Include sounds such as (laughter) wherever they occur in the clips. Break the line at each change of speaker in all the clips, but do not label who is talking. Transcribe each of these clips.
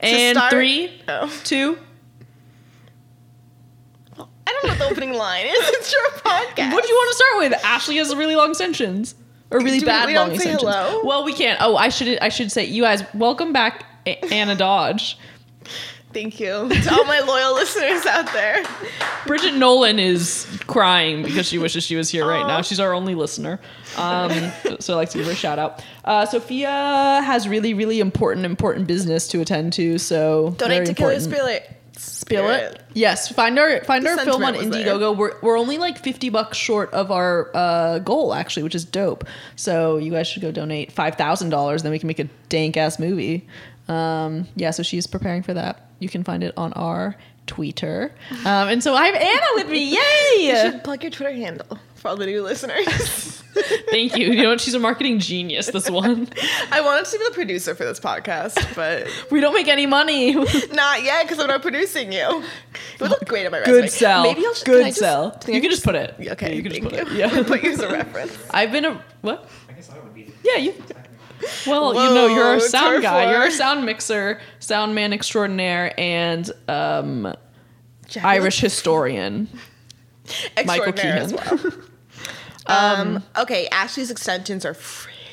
And
start-
three,
Oh.
two.
I don't know what the opening line is. It's (laughs) your podcast.
What do you want to start with? Ashley has really long extensions or really
Do we-
bad
we
long
don't say
extensions.
hello?
Well, we can't. Oh, I should I should say you guys welcome back, A- Anna Dodge.
Thank you to all my loyal listeners out there.
Bridget Nolan is crying because she wishes she was here right now.
Aw.
She's our only listener. Um, so I'd like to give her a shout out. Uh, Sophia has really, really important, important business to attend to. So
Donate
very
to Killer
important.
Spirit.
Spill it. Yes, find our find
The
our film on
sentiment was there.
Indiegogo. We're we're only like fifty bucks short of our uh, goal actually, which is dope. So you guys should go donate five thousand dollars, then we can make a dank ass movie. Um, yeah, so she's preparing for that. You can find it on our Twitter. Um, and so I have Anna with me.
(laughs) You
Yay!
should plug your Twitter handle for all the new (laughs) listeners.
Thank you. You know what? She's a marketing genius. This one.
I wanted to be the producer for this podcast, but
(laughs) We don't make any money.
(laughs) not yet because I'm not producing you. It would look great on my resume.
Good sell.
Maybe I'll just,
Good
can I just-
sell.
can I
You can just put it.
Okay,
You can just
thank
put it.
you.
Yeah.
(laughs) put you as a reference.
I've been a what?
I guess I would
(laughs)
be.
Yeah, you. Well, you know, you're
Whoa,
our sound
turf
guy, you're our
war.
sound mixer, sound man extraordinaire, and um, Irish
(laughs)
historian, Michael
Extraordinaire as
Keehan.
well. Um, okay, Ashley's extensions are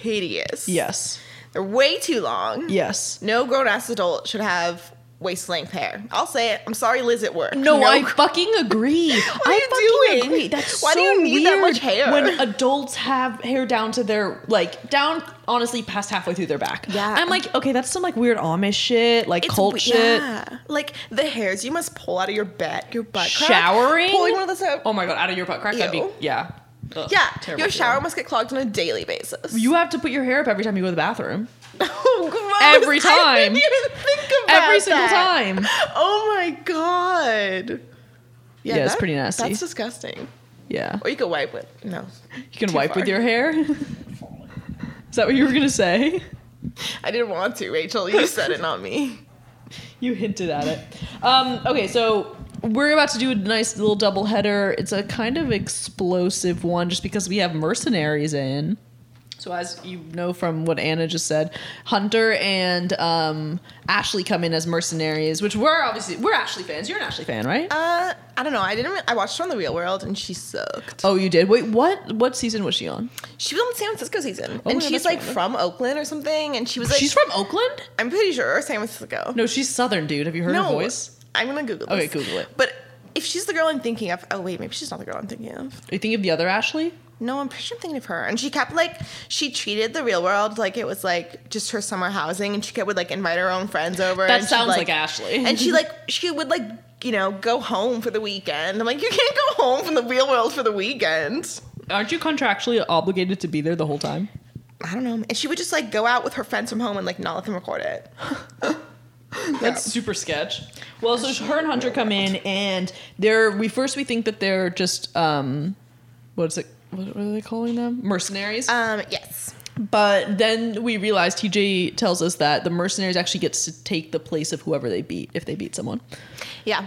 hideous.
yes,
They're way too long.
yes.
No grown ass adult should have waist length hair. I'll say it. I'm sorry, Liz at work.
No, I fucking
(laughs)
agree.
are
I
you
fucking
doing?
agree. That's
Why
so
do you need that
weird
much hair?
When adults have hair down to their like down, honestly, past halfway through their back.
Yeah.
I'm like, okay, that's some like weird Amish shit, like
It's
cult
we-
shit.
yeah. Like the hairs you must pull out of your butt, your butt crack.
Showering.
Pulling one of those out.
Oh my god, out of your butt crack. That'd be
Ew.
yeah. Ugh,
yeah,
terrible feeling.
your shower must get clogged on a daily basis. (laughs)
You have to put your hair up every time you go to the bathroom.
Oh, gross.
Every
I
time.
didn't even think about
Every single
that.
time.
Oh my god.
Yeah, it's pretty nasty.
That's disgusting.
Yeah.
Or you could wipe it. No,
You can
Too
wipe
far.
with your hair. Is that what you were gonna say?
I didn't want to, Rachel. You said it, not me. (laughs)
You hinted at it. Um, okay, so we're about to do a nice little double header. It's a kind of explosive one, just because we have mercenaries in. So as you know from what Anna just said, Hunter and um, Ashley come in as mercenaries, which we're obviously we're Ashley fans. You're an Ashley fan, right?
Uh, I don't know. I didn't. re- I watched her on The Real World, and she sucked.
oh, you did. Wait, what? What season was she on?
She was on San Francisco season,
Oh,
and
yeah,
she's
that's
like
random.
from Oakland or something. And she was like,
she's from Oakland.
I'm pretty sure San Francisco.
No, she's Southern, dude. Have you heard her voice?
I'm gonna Google. This.
Okay, Google it.
But if she's the girl I'm thinking of, oh wait, maybe she's not the girl I'm thinking of.
Are you thinking of the other Ashley?
No, I'm pretty sure I'm thinking of her. And she kept like she treated the real world like it was like just her summer housing, and she kept would like invite her own friends over.
That
and she'd,
sounds like (laughs) Ashley.
And she like she would like you know go home for the weekend. I'm like, you can't go home from the real world for the weekend.
Aren't you contractually obligated to be there the whole time?
I don't know. And she would just like go out with her friends from home and like not let them
(laughs)
record it.
That's super sketch. Well, so her and Hunter come in, and they're we first we think that they're just um, what's it? What are they calling them? Mercenaries.
Um, yes.
but then we realize TJ tells us that the mercenaries actually gets to take the place of whoever they beat if they beat someone.
Yeah.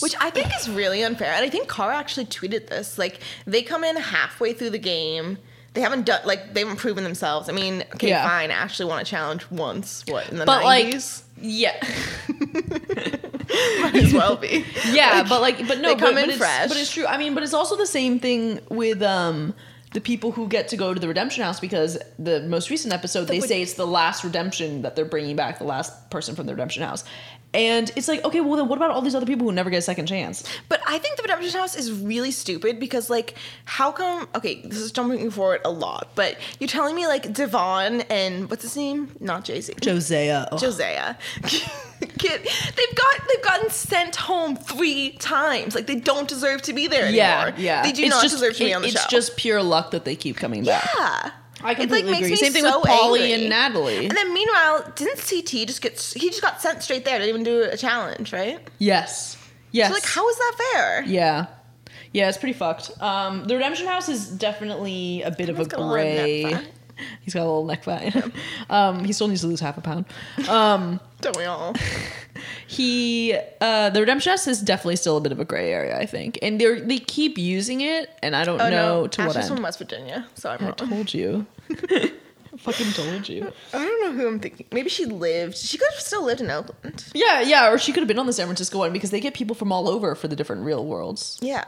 Which I think is really unfair. And I think Carr actually tweeted this. Like, they come in halfway through the game. They haven't done, like, they haven't proven themselves. I mean, okay,
Yeah.
fine. I actually want to challenge once, what, in the
But
90s?
like, yeah,
(laughs)
(laughs)
Might as well be.
yeah, but like, but no,
they come
but,
in
but
fresh.
It's, but it's true. I mean, but it's also the same thing with um the people who get to go to the redemption house because the most recent episode they
would-
say it's the last redemption that they're bringing back, the last person from the redemption house, and it's like okay, well then what about all these other people who never get a second chance?
But I think the Redemption House is really stupid because, like, how come? Okay, this is jumping forward a lot, but you're telling me like Devon and what's his name? Not Jay Z.
Josea,
Josea. Kid, they've got they've gotten sent home three times. Like they don't deserve to be there anymore.
yeah, yeah,
They do
It's
not
just-
deserve to be
it-
on the
it's
show.
just pure luck that they keep coming back.
yeah.
I
It, like,
completely
makes
agree.
me
Same thing
so
with Polly
angry.
and Natalie.
And then meanwhile, didn't CT just get s- he just got sent straight there? Didn't even do a challenge, right?
yes, yes.
So like, how is that fair?
Yeah. Yeah, it's pretty fucked. Um, the Redemption House is definitely a bit of a
Everyone's got a lot of neck
gray.
fat.
(laughs) He's got a little neck fat. um, he still needs to lose half a pound. Um,
Don't we all?
he, uh, the Redemption House is definitely still a bit of a gray area, I think, and they they keep using it, and I don't
Oh
know
no,
to
Ashley's
what
from
end.
West Virginia, so I'm
I
wrong.
told
(laughs)
you. I fucking told you.
I don't know who I'm thinking. Maybe she lived. She could have still lived in Oakland.
Yeah, yeah, or she could have been on the San Francisco one because they get people from all over for the different real worlds,
Yeah.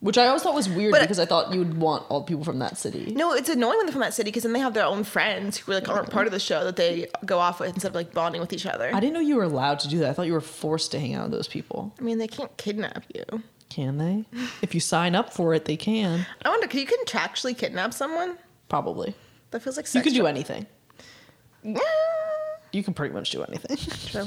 which I always thought was weird
But-
because I thought you would want all the people from that city.
No, it's annoying when they're from that city because then they have their own friends who like aren't part of the show that they go off with instead of like bonding with each other.
I didn't know you were allowed to do that. I thought you were forced to hang out with those people.
I mean, they can't kidnap you.
Can they? If you sign up for it, they can.
I wonder, could you contractually kidnap someone?
Probably.
That feels like
You
sex
can do anything.
do
You can pretty much do anything.
True.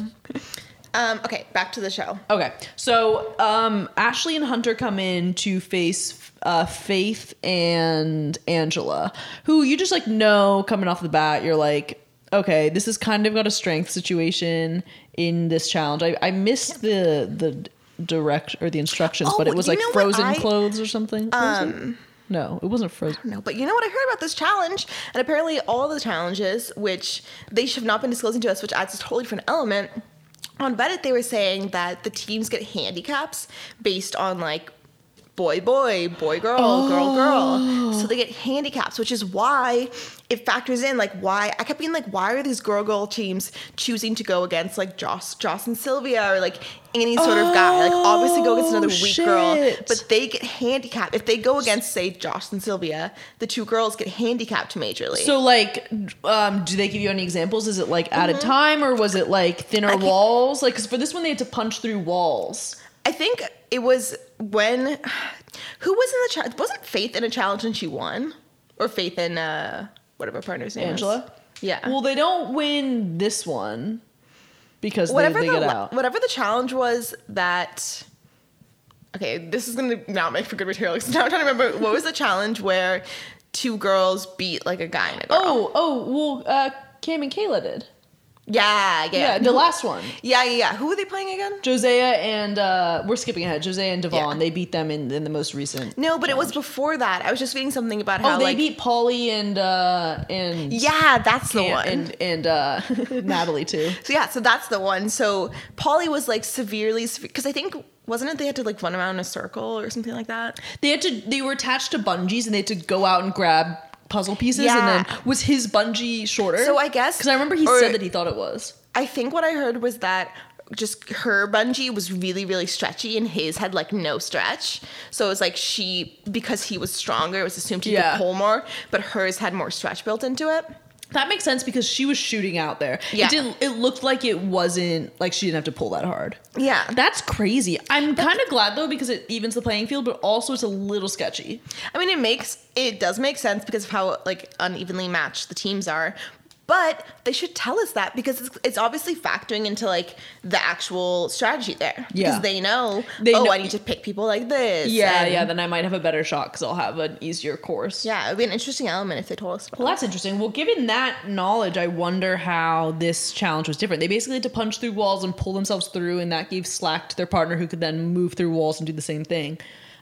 Um, okay, back to the show.
Okay, so um, Ashley and Hunter come in to face uh, Faith and Angela, who you just like know coming off the bat. You're like, okay, this has kind of got a strength situation in this challenge. I, I missed the the direct or the instructions, but
Oh,
it was
you
like
know what
frozen
I-
clothes or something. Um, no, it wasn't frozen.
No, but you know what I heard about this challenge? And apparently, all the challenges, which they should have not been disclosing to us, which adds a totally different element. On Reddit, they were saying that the teams get handicaps based on like boy, boy, boy, girl, girl, girl. So they get handicaps, which is why it factors in like why I kept being like, why are these girl, girl teams choosing to go against like Joss, Joss and Sylvia or like any sort of guy? Like obviously go against another
Oh,
weak girl,
shit.
but they get handicapped if they go against say Josh and Sylvia the two girls get handicapped majorly
So like, um, do they give you any examples? Is it like added time or was it like thinner
Mm-hmm. can't-
walls? Like, because for this one they had to punch through walls.
I think it was when (sighs) who was in the challenge wasn't Faith in a challenge and she won or Faith in uh whatever partner's name is.
Angela?
yeah
Well, they don't win this one because they,
whatever
they
the
get
la-
out.
whatever the challenge was that okay this is gonna not make for good material 'cause (laughs) now I'm trying to remember what was the challenge where two girls beat like a guy and a girl
Oh, oh, well, uh, Cam and Kayla did.
yeah yeah
Yeah, the last one.
yeah yeah yeah who were they playing again
Josea and uh, we're skipping ahead. Josea and Devon,
Yeah.
they beat them in, in the most recent.
No, but it was before that. I was just reading something about
Oh,
how
they
like
beat Polly and uh, and
yeah, that's the
Cam-
one.
and and uh, (laughs) Natalie too.
so yeah, so that's the one. So Polly was like severely because I think wasn't it they had to like run around in a circle or something like that.
They had to. They were attached to bungees, and they had to go out and grab puzzle pieces.
Yeah.
And then was his bungee shorter?
So I guess-
because I remember he
or-
said that he thought it was.
I think what I heard was that just her bungee was really really stretchy and his had like no stretch. So it was like she because he was stronger, it was assumed he
Yeah.
could pull more, but hers had more stretch built into it.
That makes sense because she was shooting out there.
Yeah.
It didn't it looked like it wasn't like she didn't have to pull that hard.
Yeah.
That's crazy. I'm kind of glad though because it evens the playing field, but also it's a little sketchy.
I mean, it makes it does make sense because of how like unevenly matched the teams are, but they should tell us that because it's, it's obviously factoring into like the actual strategy there.
Yeah.
because they know.
They
oh,
know-
I need to pick people like this.
Yeah,
and-
yeah, then I might have a better shot because I'll have an easier course.
yeah. It would be an interesting element if they told us.
Well, that's interesting. Well, given that knowledge, I wonder how this challenge was different. They basically had to punch through walls and pull themselves through, and that gave slack to their partner, who could then move through walls and do the same thing.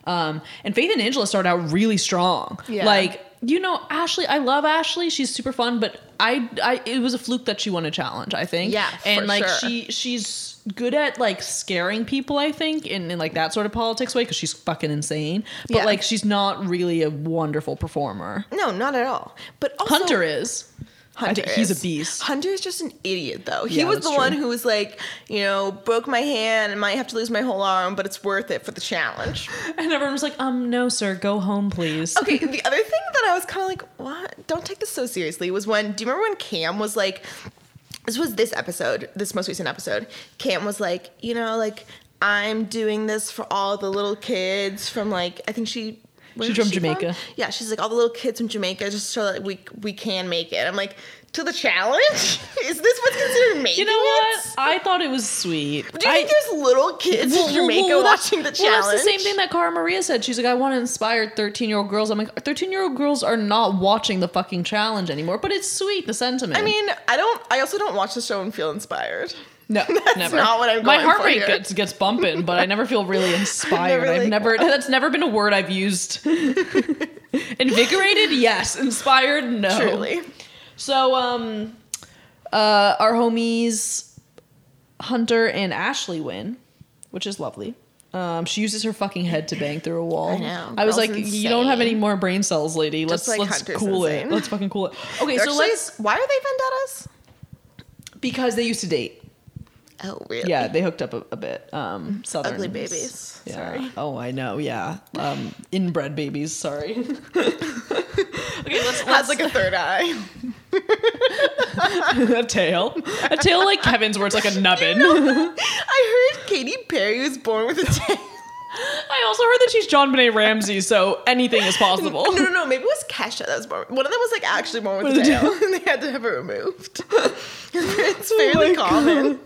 Um, and Faith and Angela started out really strong.
Yeah.
Like you know, Ashley. I love Ashley. She's super fun, but I, I, it was a fluke that she won a challenge. I think.
Yeah,
and
for
like
sure.
she, she's good at like scaring people. I think in, in like that sort of politics way because she's fucking insane. But
Yeah.
like she's not really a wonderful performer.
No, not at all. But also,
Hunter is.
Hunter
I think he's a
is.
beast.
Hunter is just an idiot, though. He
Yeah,
was
that's
the one
true.
who was like, you know, broke my hand and might have to lose my whole arm, but it's worth it for the challenge.
(laughs) And everyone was like, um, no, sir, go home, please. (laughs)
Okay, the other thing that I was kind of like, what? Don't take this so seriously was when, do you remember when Cam was like, this was this episode, this most recent episode, Cam was like, you know, like, I'm doing this for all the little kids from like, I think she. where
She's
is
from Jamaica.
Yeah, she's like all the little kids from Jamaica, just so that we we can make it. I'm like, to the challenge? (laughs) Is this what's considered
You
making
know
it?
what? I thought it was sweet.
Do you
I,
think there's little kids
Well,
in
well,
Jamaica
well, that's-
watching the
Well,
challenge?
that's the same thing that Cara Maria said. She's like, I want to inspire 13 year old girls. I'm like, 13 year old girls are not watching the fucking challenge anymore, but it's sweet, the sentiment.
I mean, I don't. I also don't watch the show and feel inspired.
no,
(laughs) that's
never.
not what I'm
My
going
heart
for
rate
here.
Gets, gets bumping, but I never feel
(laughs)
really inspired.
Never,
I've
like, (laughs)
never, that's never been a word I've used. Invigorated, yes. Inspired, no.
Truly.
So, um, uh, our homies Hunter and Ashley win, which is lovely. Um, she uses her fucking head to bang through a wall.
(laughs) I know.
I was
Girl's
like, you don't have
insane.
any more brain cells, lady. Let's
Just like
let's
Hunter's
cool it.
insane.
Let's fucking
(laughs)
cool it. Okay,
They're
so
actually-
let's
Why are they vendettas?
because they used to date.
Oh, really?
Yeah, they hooked up a, a bit. Um, southern
Mm-hmm. babies.
Yeah.
Sorry.
Oh, I know. Yeah. Um, inbred babies. Sorry. (laughs) okay, let's,
(laughs) Has like a third eye.
a tail. A tail like Kevin's, where it's like a
(laughs)
nubbin.
(laughs) I heard Katy Perry was born (laughs) with a tail.
I also heard that she's John Benet Ramsey, so anything is possible.
No, no, no. Maybe it was Kesha that was born. One of them was like actually born
With
with a
a
tail, and they had to have
(laughs)
it removed. it's fairly common.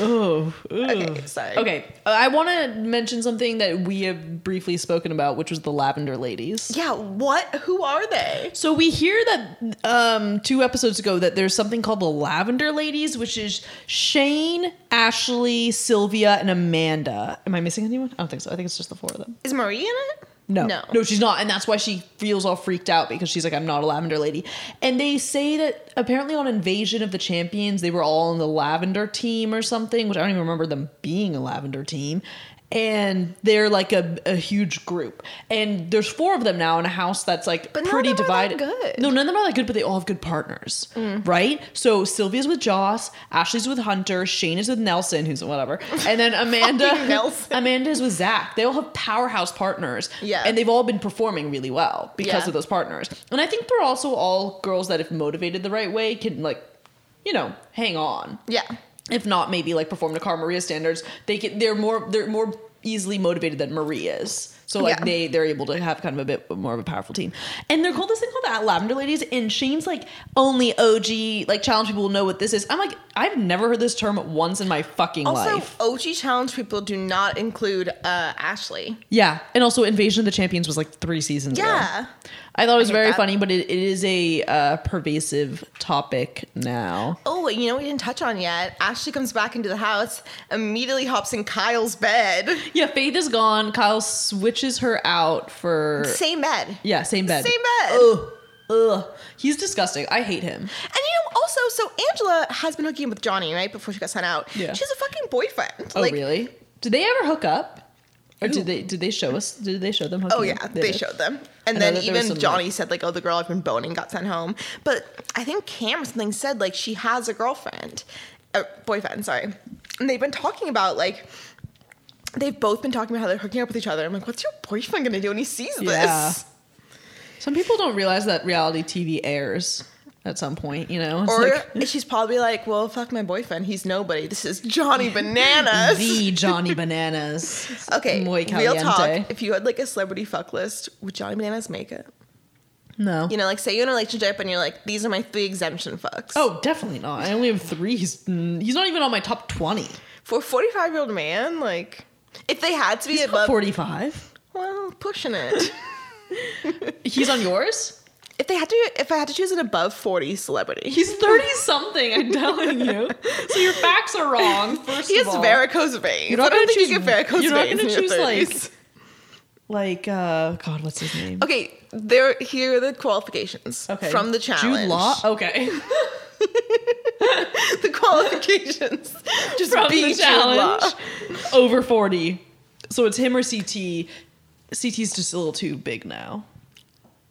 Oh.
Okay, sorry.
Okay, uh, I want to mention something that we have briefly spoken about, which was the Lavender Ladies.
Yeah. What? Who are they?
So we hear that um, two episodes ago that there's something called the Lavender Ladies, which is Shane, Ashley, Sylvia, and Amanda. Am I missing anyone? I don't think so. I think it's just the four of them.
Is Marie in it?
No.
No.
No, she's not. And that's why she feels all freaked out because she's like, I'm not a lavender lady. And they say that apparently on Invasion of the Champions, they were all on the lavender team or something, which I don't even remember them being a lavender team. And they're like a, a huge group. And there's four of them now in a house that's like
But none of
pretty
them are that
divided.
good. Mm.
No, none of them are that good, but they all have good partners, right? So Sylvia's with Joss, Ashley's with Hunter, Shane is with Nelson, who's whatever, and
(laughs)
then Amanda.
Fucking Nelson.
Amanda is with Zach. They all have powerhouse partners,
Yeah.
and they've all been performing really well because
Yeah.
of those partners. And I think they're also all girls that, if motivated the right way, can like, you know, hang on.
Yeah.
If not, maybe like perform to Car Maria standards. They get they're more they're more easily motivated than Marie is. So like
Yeah.
they they're able to have kind of a bit more of a powerful team. And they're called this thing called the Lavender Ladies. And Shane's like only OG like challenge people will know what this is. I'm like I've never heard this term once in my fucking
Also,
life.
OG challenge people do not include uh, Ashley.
Yeah, and also Invasion of the Champions was like three seasons ago.
Yeah.
I thought it was
hate
very
that.
funny, but it, it is a uh, pervasive topic now.
Oh, and you know what we didn't touch on yet? Ashley comes back into the house, immediately hops in Kyle's bed.
Yeah, Faith is gone. Kyle switches her out for
Same bed.
yeah, same bed,
Same bed.
Ugh, ugh, he's disgusting. I hate him.
And you know, also, so Angela has been hooking up with Johnny, right? Before she got sent out.
Yeah.
She has a fucking boyfriend.
Oh really? Did they ever hook up? Or did they did they show us? Did they show them? Hooking
Oh, yeah.
up?
They
did.
showed them. And
I know
then
that there was
even
some,
Johnny said, like, oh, the girl I've been boning got sent home. But I think Cam or something said, like, she has a girlfriend, a boyfriend, sorry. And they've been talking about, like, they've both been talking about how they're hooking up with each other. I'm like, what's your boyfriend going to do when he sees
Yeah.
this?
Some people don't realize that reality TV airs at some point. You know, It's
Or (laughs)
like- (laughs)
she's probably like, well, fuck my boyfriend. He's nobody. This
(laughs)
is Johnny Bananas.
the Johnny Bananas.
okay,
muy
real talk.
caliente.
If you had like a celebrity fuck list, would Johnny Bananas make it?
No.
You know, like say you're in a relationship and you're like, these are my three exemption fucks.
Oh, definitely not. I only have three. He's mm, he's not even on my top twenty.
For a 45 year old man, like, if they had to be
He's
above,
forty-five.
well, pushing
(laughs)
it.
He's on yours.
if they had to, if I had to choose an above 40 celebrity,
He's thirty-something. I'm telling
(laughs)
you. So your facts are wrong. First
he
of
has
all,
varicose veins.
You're not
I don't
gonna
think you
choose-
get varicose
you're not
veins.
gonna
in your
choose, like-
30s.
like uh, God, what's his name?
Okay, there. Here are the qualifications from the challenge. (laughs)
Jude Law. Okay.
the qualifications.
(laughs)
Just
from
be
the challenge. Over forty. So it's him or CT. CT's just a little too big now.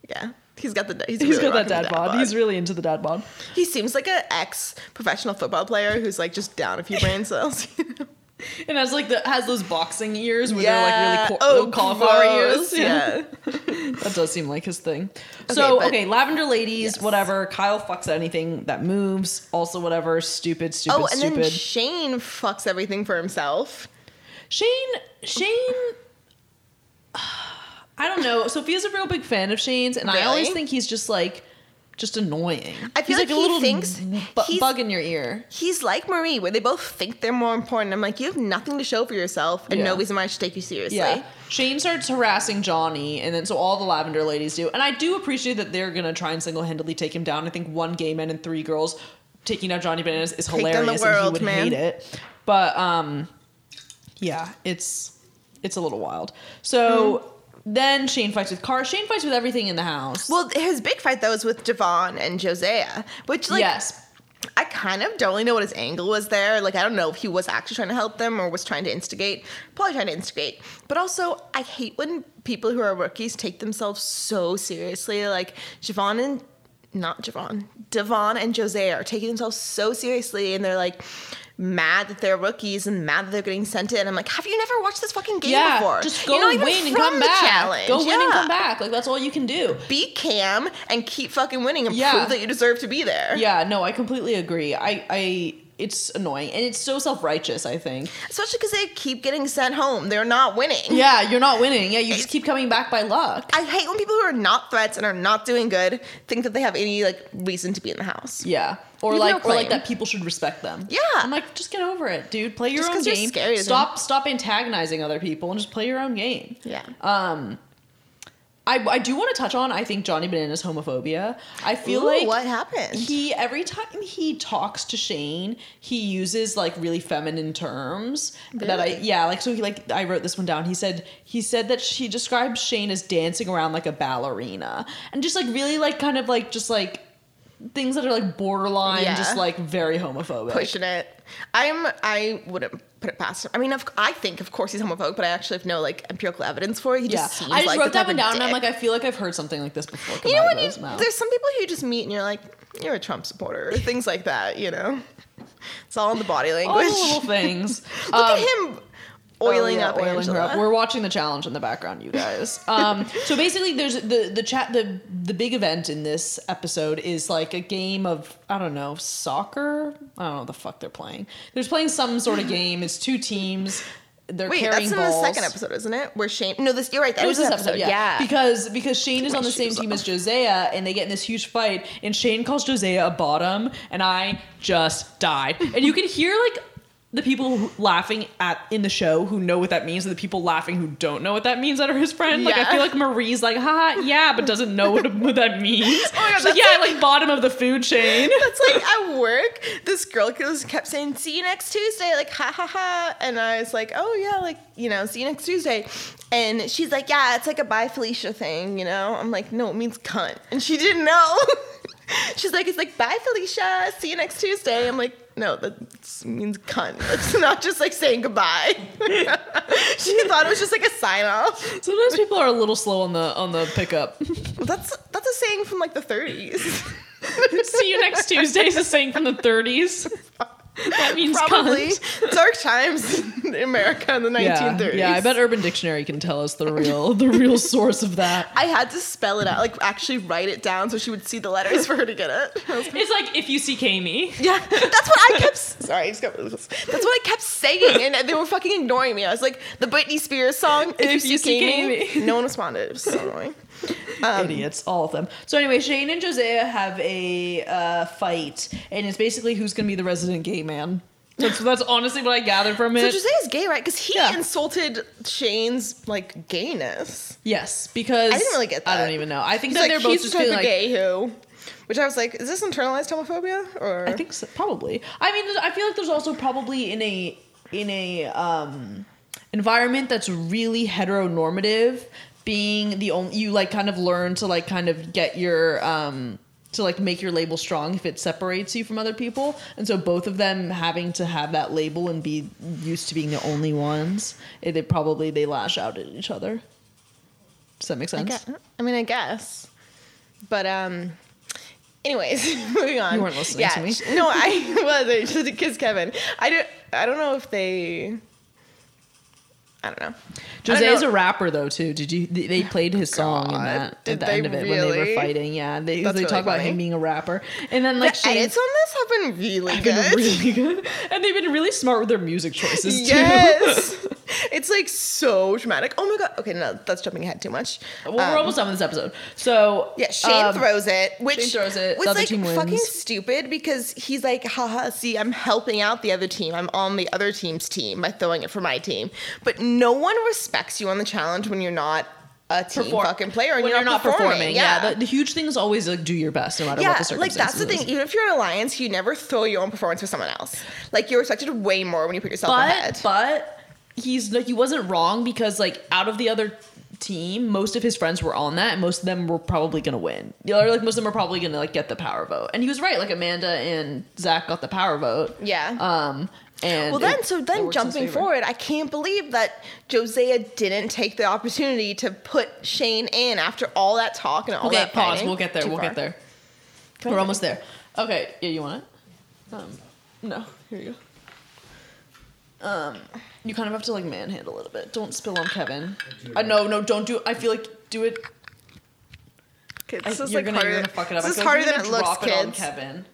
Yeah, he's got the. He's,
He's
really
got that
rocking the
dad, bod. He's really into the dad bod.
he seems like an ex professional football player who's like just down a few
(laughs)
brain cells.
And has like the has those boxing ears where
Yeah.
they're like really
Oh,
oh, cauliflower
gross.
ears. (laughs)
Yeah.
that does seem like his thing. so
but-
okay, lavender ladies,
Yes.
whatever. Kyle fucks anything that moves. Also, whatever. Stupid, stupid,
oh, and
stupid.
then Shane fucks everything for himself.
Shane, Shane. (sighs) I don't know. Sophia's a real big fan of Shane's, and I always
Really?
think he's just like, just annoying.
I feel
he's
like he thinks
bu-
he's-
bug in your ear.
He's like Marie, where they both think they're more important. I'm like, you have nothing to show for yourself, and no
Yeah.
reason why I should take you seriously.
Yeah. Shane starts harassing Johnny, and then so all the Lavender ladies do. And I do appreciate that they're going to try and single handedly take him down. I think one gay man and three girls taking down Johnny Bananas is
down the
hilarious, and
world,
he would
man.
hate it. But um, yeah, it's it's a little wild. So then Shane fights with Car. Shane fights with everything in the house.
Mm-hmm. Well, his big fight though was with Devon and Josea, which like
yes.
I kind of don't really know what his angle was there. Like, I don't know if he was actually trying to help them or was trying to instigate. Probably trying to instigate. But also, I hate when people who are rookies take themselves so seriously. Like, Javon and not Javon, Devon and Jose are taking themselves so seriously, and they're like, mad that they're rookies and mad that they're getting sent in. I'm like, have you never watched this fucking game
yeah,
before?
just
You're
go
not even
win and
from
come
the
back.
Challenge.
Go win
yeah.
and come back. Like that's all you can do.
Be Cam and keep fucking winning and
Yeah.
prove that you deserve to be there.
Yeah, no, I completely agree. I, I, it's annoying and it's so self righteous. I think.
Especially because they keep getting sent home. They're not winning.
Yeah, you're not winning. Yeah, you just keep coming back by luck.
I hate when people who are not threats and are not doing good think that they have any like reason to be in the house.
Yeah, or
You have no
like, or like
claim.
that people should respect them.
Yeah.
I'm like, just get over it, dude. Play your
Just
own
'cause you're
game.
scary doesn't-
stop, stop antagonizing other people and just play your own game.
Yeah.
Um, I, I do want to touch on. I think Johnny Bananas homophobia. I feel
Ooh,
like
what happened?
He every time he talks to Shane, he uses like really feminine terms that I
Really?
yeah like so he like I wrote this one down. He said he said that she describes Shane as dancing around like a ballerina and just like really like kind of like just like things that are like borderline
Yeah.
just like very homophobic.
pushing it. I'm. I wouldn't put it past him. I mean, of, I think of course he's homophobic, but I actually have no like empirical evidence for it. He
Yeah,
just seems
I just
like the
wrote that
type
one
of
down and I'm
dick.
like I feel like I've heard something like this before. come
you know
out of
what?
those
You,
mouths.
there's some people who you just meet and you're like, you're a Trump supporter, (laughs) or things like that. You know, it's all in the body
all the
language.
little (laughs) things.
(laughs) Look
Oh. Um,
at him oiling
Oh, yeah,
up
oiling her
Angela.
We're watching the challenge in the background, you
(laughs)
guys. Um, so basically, there's the the chat. The the big event in this episode is like a game of I don't know soccer. I don't know what the fuck they're playing. They're playing some sort of game. It's two teams. They're
Wait,
carrying
that's in
balls.
the second episode, isn't it? Where Shane? No, this. You're right. That
It was this episode, yeah.
yeah.
Because because Shane is on the same
shoes
team as Josea, and they get in this huge fight, and Shane calls Josea a bottom, and I just died. and (laughs) you can hear like the people who- laughing at in the show who know what that means, and the people laughing who don't know what that means that are his friend. Like I
Yeah.
feel like Marie's like, ha, yeah, but doesn't know what, what that means.
my God,
She's like,
that's
yeah, like bottom of the food chain.
That's
(laughs)
like at work, this girl goes- kept saying, "See you next Tuesday," like ha ha ha, and I was like, "Oh yeah, like you know, see you next Tuesday," and she's like, "Yeah, it's like a bye Felicia thing," you know. I'm like, "No, it means cunt," and she didn't know. (laughs) she's like, "It's like bye Felicia, see you next Tuesday." I'm like. No, that means cunt. It's not just like saying goodbye. (laughs) she thought it was just like a sign off.
Sometimes people are a little slow on the on the pickup.
That's that's a saying from like the 30s.
(laughs) See you next Tuesday is a saying from the 30s. That means
probably
cunt.
dark times in America in the 1930s.
Yeah, yeah, I bet Urban Dictionary can tell us the real the real (laughs) source of that.
I had to spell it out, like actually write it down so she would see the letters for her to get it. I was (laughs) like,
It's like if you see Kami.
yeah, that's what I kept. Sorry, I just got. That's what I kept saying, and they were fucking ignoring me. I was like, the Britney Spears song. If, you, see Kami, no one responded. It was so annoying. Um,
Idiots, all of them. So anyway, Shane and Josea have a uh, fight, and it's basically who's gonna be the resident gay man. That's that's honestly what I gathered from
So
it.
Jose's gay, right? Because he
Yeah.
insulted Shane's like gayness.
yes, because
I didn't really get
I don't
that.
even know. I think
He's
that
like,
they're both
he's
just
the type
feeling
of
like
gay who, which I was like, is this internalized homophobia or?
I think so, probably. I mean, I feel like there's also probably in a in a um, environment that's really heteronormative, being the only you like kind of learn to like kind of get your um, to like make your label strong if it separates you from other people, and so both of them having to have that label and be used to being the only ones, eh, they probably they lash out at each other. Does that make
I,
sense?
gue- I mean, I guess. But um, anyways, (laughs) moving on.
weren't listening to me.
sh- No, I (laughs) was. I just because Kevin. I don't. I don't know if they. I don't know. I don't
Jose is
know. Oh
a rapper though too. Did you? They, they played his song in
God.
that at
Did
the
they
end of it when they were
really?
fighting. Yeah, they, they
That's really
talk about
funny.
him being a rapper, and then like
the
Shane-
edits on this have been really
have
good.
been really (laughs) good, and they've been really smart with their music choices too.
yes, (laughs) it's like so dramatic. Oh my god. Okay, no, that's jumping ahead too much.
(laughs) Well,
Um,
we're almost done with this episode. So
Yeah, Shane
um,
throws it, which
Shane throws it, the
was
other
like
team
fucking
wins.
stupid because he's like, haha, see, I'm helping out the other team. I'm on the other team's team by throwing it for my team. But no one respects you on the challenge when you're not a team
perform-
fucking player and
when
you're, not performing.
Yeah, the, the huge thing is always like do your best no matter what the
yeah, like
circumstances.
that's the thing. Even if you're an alliance, you never throw your own performance for someone else. Like you're respected way more when you put yourself ahead.
but but he's like he wasn't wrong because like out of the other team most of his friends were on that and most of them were probably gonna win or like most of them were probably gonna like get the power vote and he was right like amanda and zach got the power vote
Yeah.
um and
Well,
it-
then, so
it
then
works in his
jumping
favor.
forward, I can't believe that Josea didn't take the opportunity to put Shane in after all that talk and all
okay
that.
pause
fighting.
we'll get there
Too
we'll
far.
get there we're
Go ahead.
almost there okay yeah you want it um no here you go Um, you kind of have to like manhandle it a bit. Don't spill on Kevin. I no no don't do. I feel like do it.
Okay,
I,
this is
you're
like
gonna
harder.
you're gonna fuck it up.
This is
I feel like
harder
you're
than it
gonna
looks,
drop it on
kids.
Kevin.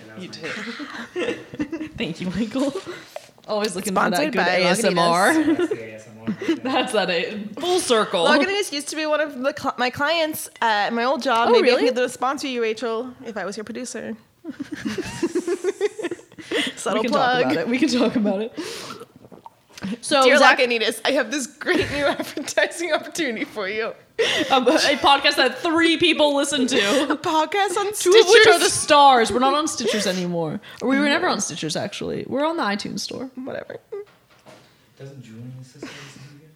And that was
You
my-
did. (laughs) Thank you, Michael. Always looking
Sponsored
for
by
that good ASMR.
That's the
(laughs)
ASMR.
That's (laughs) that it. Full circle.
Lagunitas used to be one of the cl- my clients at my old job.
Oh,
Maybe I
really?
could get them to sponsor you, Rachel, if I was your producer.
(laughs) we
Subtle
can
plug.
talk about it. We can talk about it. So
Dear
Zach,
Lagunitas, I have this great new (laughs) advertising opportunity for you.
um, a podcast that three people listen to.
(laughs) A podcast on
Two of which are the
Stitchers.
stars. We're not on Stitchers anymore. Or we were never on Stitchers actually. We're on the iTunes store.
Whatever.
Doesn't Julian's sister listen to you guys?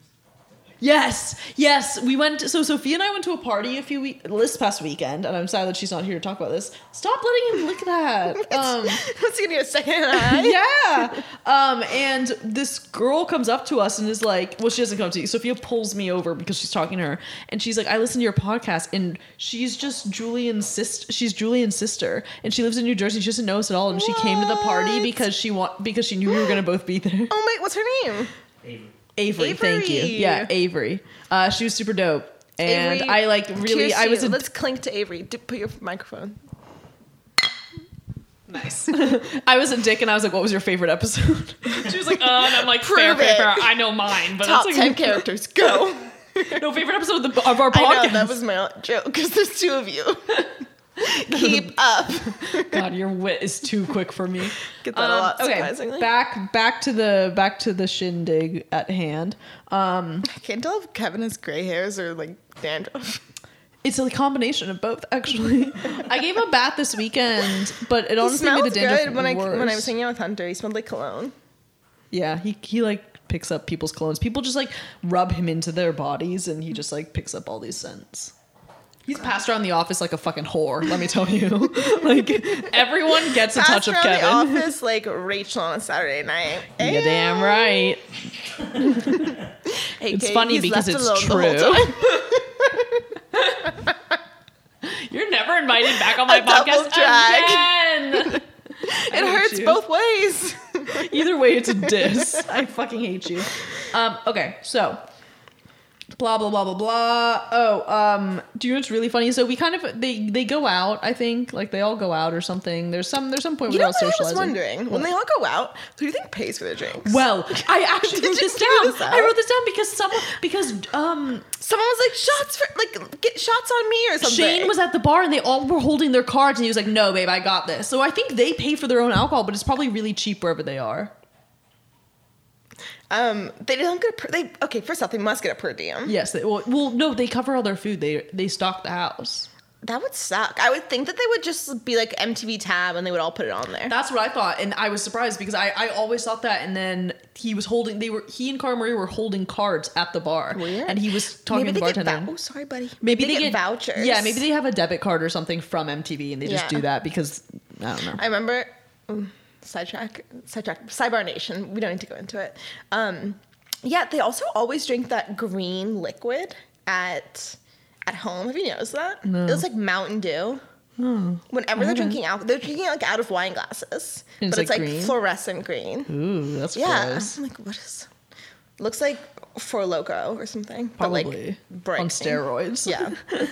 Yes, yes. We went. So Sophia and I went to a party a few week this past weekend, and I'm sad that she's not here to talk about this. Stop letting him lick that.
(laughs)
Um,
What's gonna be a second (laughs) eye?
yeah. Um, and this girl comes up to us and is like, well, she doesn't come up to you. Sophia pulls me over because she's talking to her, and she's like, I listen to your podcast, and she's just Julian's sister. She's Julian's sister, and she lives in New Jersey. She doesn't know us at all, and she came to the party
What?
because she want because she knew we were gonna both be there.
Oh my, what's her name?
Avery.
Avery, thank you.
Avery.
Yeah, Avery. Uh, she was super dope. And
Avery,
I like really,
Cheers
I
to
was
you.
in
Let's clink to Avery. D- put your microphone.
Nice. I was a dick, and I was like, "What was your favorite episode?" (laughs) she was like, "Uh," and I'm like, "Fair,
Prove
fair,
it.
fair. I know mine, but
Top
that's
ten
like,
characters. Go.
(laughs) no favorite episode of, the, of our podcast."
I know that was my joke because there's
(laughs)
two of you. Keep up.
God, your wit is too quick for (laughs) me.
Get that a lot, surprisingly.
Um, back back to the back to the shindig at hand. Um,
I can't tell if Kevin has gray hairs or like dandruff.
it's a combination of both, (laughs) actually. I gave a bath this weekend, but it honestly made the dandruff
good when I
worse.
when I was hanging out with Hunter. He smelled like cologne.
Yeah, he he like picks up people's clones. People just like rub him into their bodies, and he just like picks up all these scents. He's passed around the office like a fucking whore. Let me tell (laughs) you, like everyone gets a touch
Passed
of
around
Kevin.
the office like Rachel on a Saturday night.
You're damn right.
Hey,
It's
Kate,
funny
he's
because
left
it's
alone the whole
true. (laughs)
time.
You're never invited back on my
(laughs) A double
podcast again.
(laughs) It hurts both ways.
Either way, it's a
(laughs)
diss. I fucking hate you. Um, okay, so blah blah blah blah blah. Oh, um, do you know what's really funny? So we kind of they they go out. I think like they all go out or something. There's some there's some point
You
where
know
they're all
what I was
socializing.
wondering? When they all go out, who do you think pays for their drinks?
well, I actually
(laughs) Did
wrote
you
this
do
down.
this out?
I wrote this down because someone because um
Someone was like, shots for, like, get shots on me or something.
Shane was at the bar and they all were holding their cards and he was like, "No, babe, I got this." So I think they pay for their own alcohol, but it's probably really cheap wherever they are.
Um, they don't get a per, they, okay, first off, they must get a per diem.
Yes, they, well, well, no, they cover all their food. They they stock the house.
That would suck. I would think that they would just be like MTV tab and they would all put it on there.
That's what I thought, and I was surprised because I, I always thought that. And then he was holding. They were he and Cara Marie were holding cards at the bar,
Weird.
and he was talking
maybe
to the
they get
bartender.
vou- oh, sorry, buddy.
maybe
they, get, vouchers.
Yeah, maybe they have a debit card or something from MTV, and they just
Yeah.
do that because I don't know.
I remember mm, sidetrack, sidetrack, sidebar nation. We don't need to go into it. Um, yeah, they also always drink that green liquid at at home. Have you noticed that?
No.
It was like Mountain Dew. Whenever they're drinking out, they're drinking like out of wine glasses,
And it's,
but it's
like,
like,
green?
fluorescent green.
Ooh, that's
Yeah,
gross.
I'm like, what is? Looks like Four Loco or something.
Probably
but like bright
on
green.
steroids. (laughs)
Yeah,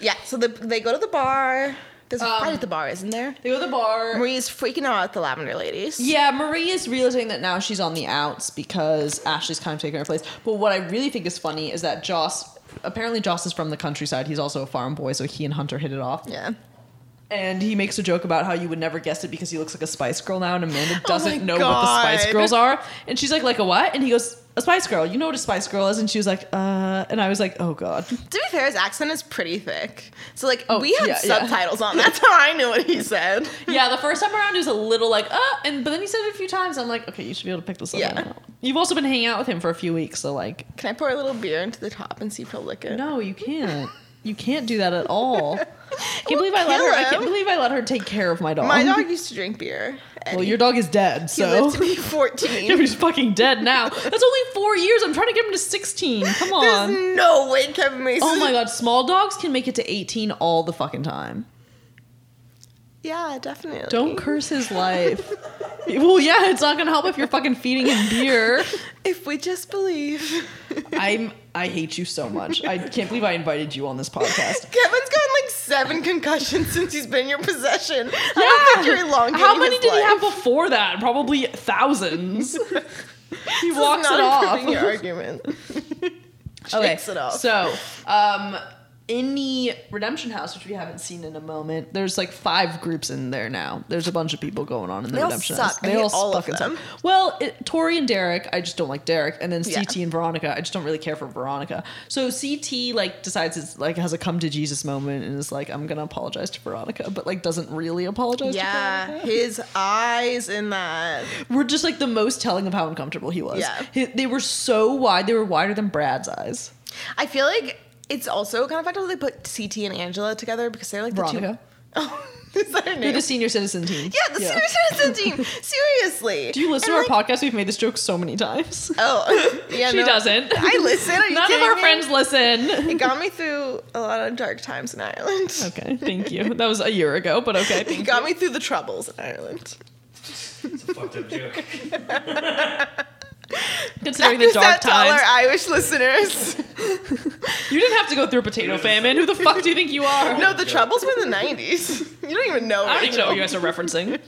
yeah. So the, they go to the bar. There's a fight at the bar, isn't there?
they go to the bar.
Marie's freaking out at the Lavender Ladies.
Yeah, Marie is realizing that now she's on the outs because Ashley's kind of taking her place. But what I really think is funny is that Joss. Apparently, Joss is from the countryside. He's also a farm boy, so he and Hunter hit it off.
Yeah.
And he makes a joke about how you would never guess it because he looks like a Spice Girl now, and Amanda doesn't
Oh my
know what the Spice
God.
Girls are. And she's like, like a what? And he goes, a Spice Girl. You know what a Spice Girl is? And she was like, uh. And I was like, oh
(laughs)
god.
To be fair, his accent is pretty thick. So like
Oh,
we had
yeah, yeah.
subtitles on. That's how I knew what he said.
yeah, the first time around he was a little like, uh. And but then he said it a few times. I'm like, okay, you should be able to pick this up.
Yeah.
now. You've also been hanging out with him for a few weeks, so like,
Can I pour a little beer into the top and see if he'll lick it?
No, you can't. You can't do that at
(laughs)
all. I can't believe I let
kill
her. I can't
him.
believe I let her take care of my dog.
My dog used to drink beer. And
well, your dog is dead,
he lived
so
to
(laughs)
be 14.
he's fucking dead now. That's only four years. I'm trying to get him to 16. Come on.
There's no way Kevin Mason.
oh my god, small dogs can make it to 18 all the fucking time.
Yeah, definitely. (laughs)
Don't curse his life. (laughs) well, yeah, it's not gonna help if you're fucking feeding him beer.
If we just believe.
(laughs) I'm. I hate you so much. I can't believe I invited you on this podcast.
Kevin's gotten like seven concussions since he's been in your possession. Yeah.
Yeah.
I don't think you're elongating
How many
his
did he have
life.
before that? Probably
(laughs)
thousands. he
This is
walks it
not
off. (laughs)
improving Your argument. (laughs) Shakes it off.
So, um, in the Redemption House, which we haven't seen in a moment, there's like five groups in there now. There's a bunch of people going on in the
They all
Redemption
suck.
House.
I hate all of them.
Well, it, Tori and Derek, I just don't like Derek, and then
Yeah.
CT and Veronica, I just don't really care for Veronica. So CT like decides it's like has a come to Jesus moment and is like, I'm gonna apologize to Veronica, but like doesn't really apologize. to
yeah,
Veronica.
his eyes in that.
We're just like the most telling of how uncomfortable he was.
Yeah.
He- they were so wide. They were wider than Brad's eyes.
I feel like it's also kind of fact that they put CT and Angela together because they're like the
Veronica.
two. Oh, (laughs) is that her
They're
name?
the senior citizen team.
yeah, the senior citizen team. Seriously.
Do you listen
And,
to our podcast? We've made this joke so many times.
Oh, (laughs) yeah.
she
no.
doesn't. (laughs)
I listen. Are you
None of
kidding
our
me?
friends listen.
It got me through a lot of dark times in Ireland. (laughs)
Okay, thank you. That was a year ago, but okay.
It
Thank
got me through the troubles in Ireland.
It's a fucked
(laughs)
up joke.
you. Considering the
(laughs) Is
dark
that to all
times,
our Irish listeners.
(laughs) you didn't have to go through a potato famine. Who the fuck do you think you are?
no, the troubles were in the '90s. (laughs) You don't even know.
I don't even know
Rachel.
what you guys are referencing.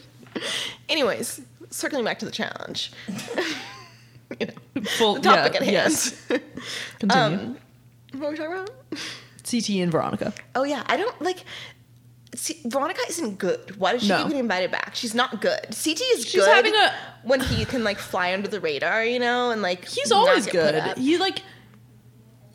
Anyways, circling back to the challenge. you know,
Full
(laughs) the topic
yeah,
at hand.
Yes.
(laughs)
Continue.
Um, what were we talking about?
CT and Veronica.
Oh yeah, I don't like. See, Veronica isn't good. Why does she
No.
keep getting invited back? She's not good. CT is
She's
good
having a-
when he can like fly under the radar, you know, and like
He's
not
always
get put
good.
up.
He like.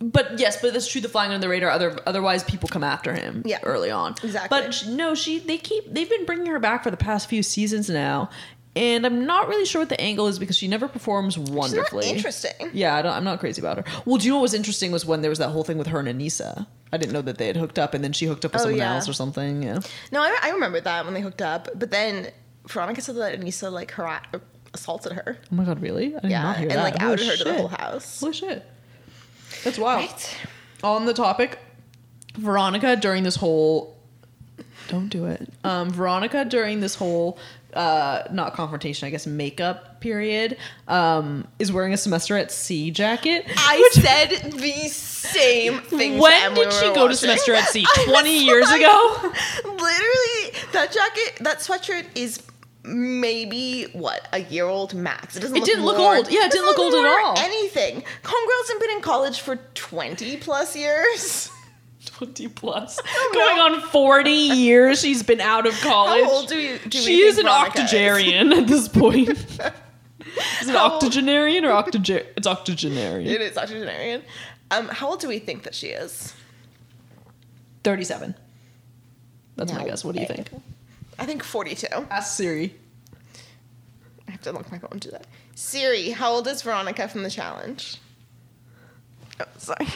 But yes, but that's true. The flying under the radar. Other, otherwise, people come after him.
Yeah.
early on.
Exactly.
But sh- no, she they keep they've been bringing her back for the past few seasons now, and I'm not really sure what the angle is because she never performs
She's not
wonderfully.
interesting.
Yeah, I don't, I'm not crazy about her. Well, do you know what was interesting was when there was that whole thing with her and Anissa. I didn't know that they had hooked up, and then she hooked up with
Oh,
someone
yeah.
else or something. Yeah.
No, I, I remember that when they hooked up, but then Veronica said that Anissa like harass- assaulted her.
Oh my god, really? I did
Yeah,
not hear
and
that.
like
Holy
outed her to the
shit.
whole house.
Holy shit. That's wild.
Right?
on the topic, Veronica during this whole don't do it. Um, Veronica during this whole uh, not confrontation, I guess makeup period um, is wearing a semester at sea jacket.
I said the same thing. to
When
Em
did
we
she go
were
to
watching.
semester at (laughs) sea?
(laughs) I was
20 years (laughs)
like-
ago?
Literally, that jacket, that sweatshirt is maybe what a year old max. It doesn't.
It
look
didn't look
worn.
old. Yeah, it didn't
doesn't
look old at
worn
all.
Anything. Homegirls have been in college for twenty plus years. (laughs)
20 plus. Going on 40 years she's been out of college.
How old do we? Do we
she is
think
an
Veronica
octogenarian at this (laughs) point. is it
How old-
octogenarian or octogen? It's octogenarian.
It is octogenarian. Um, how old do we think that she is?
37. That's my
No
guess. What do you
way.
think?
I think forty-two.
Ask Siri.
I have to look my phone to do that. Siri, how old is Veronica from the challenge? Oh, sorry. (laughs)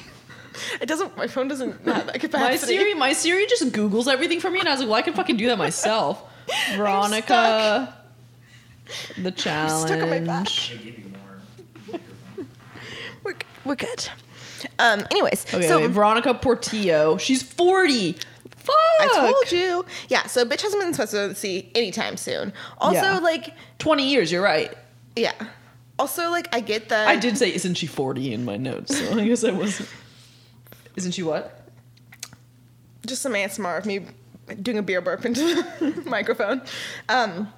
It doesn't. My phone doesn't have that capacity.
My Siri, my Siri just Googles everything for me, and I was like, well, I can fucking do that
(laughs)
myself. Veronica, the challenge.
stuck on my back.
I give you more. microphone.
We're, g- we're good. Um. Anyways,
Okay,
so
wait, Veronica Portillo. She's 40. Fuck.
I told you. Yeah. So bitch hasn't been supposed to see anytime soon. Also,
Yeah.
like,
20 years, you're right.
yeah. Also, like, I get that.
I did say, isn't she 40 in my notes, (laughs) so I guess I wasn't. Isn't she what?
just some ASMR of me doing a beer burp into the (laughs) microphone. Um,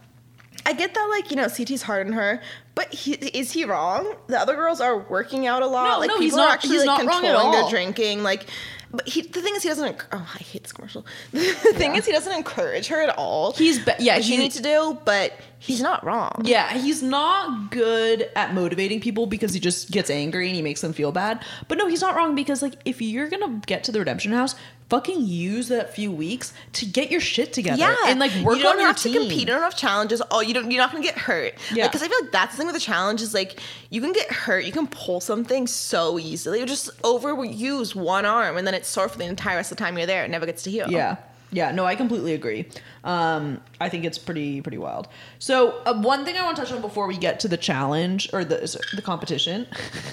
I get that, like, you know, CT's hard on her, but he, is he wrong? The other girls are working out a lot.
No,
like,
no,
people
he's
are
not-
actually
he's
like
not wrong at
controlling their
all.
drinking. Like, but he, the thing is, he doesn't. Oh, I hate this commercial. (laughs) The thing
Yeah.
is, he doesn't encourage her at all.
He's be- yeah,
Which you
he-
need to do, but he's not wrong.
Yeah, he's not good at motivating people because he just gets angry and he makes them feel bad. But no, he's not wrong because like if you're gonna get to the redemption house, fucking use that few weeks to get your shit together.
Yeah,
and like work
you don't
on your
have
team.
to compete in enough challenges. Oh, you don't. You're not going to get hurt.
Yeah.
because I feel like that's the thing with the challenge is like you can get hurt. You can pull something so easily. You just overuse one arm, and then it's sore for the entire rest of the time you're there. It never gets to heal.
Yeah. Yeah, no, I completely agree. Um, I think it's pretty pretty wild. So uh, one thing I want to touch on before we get to the challenge or the sorry, the competition,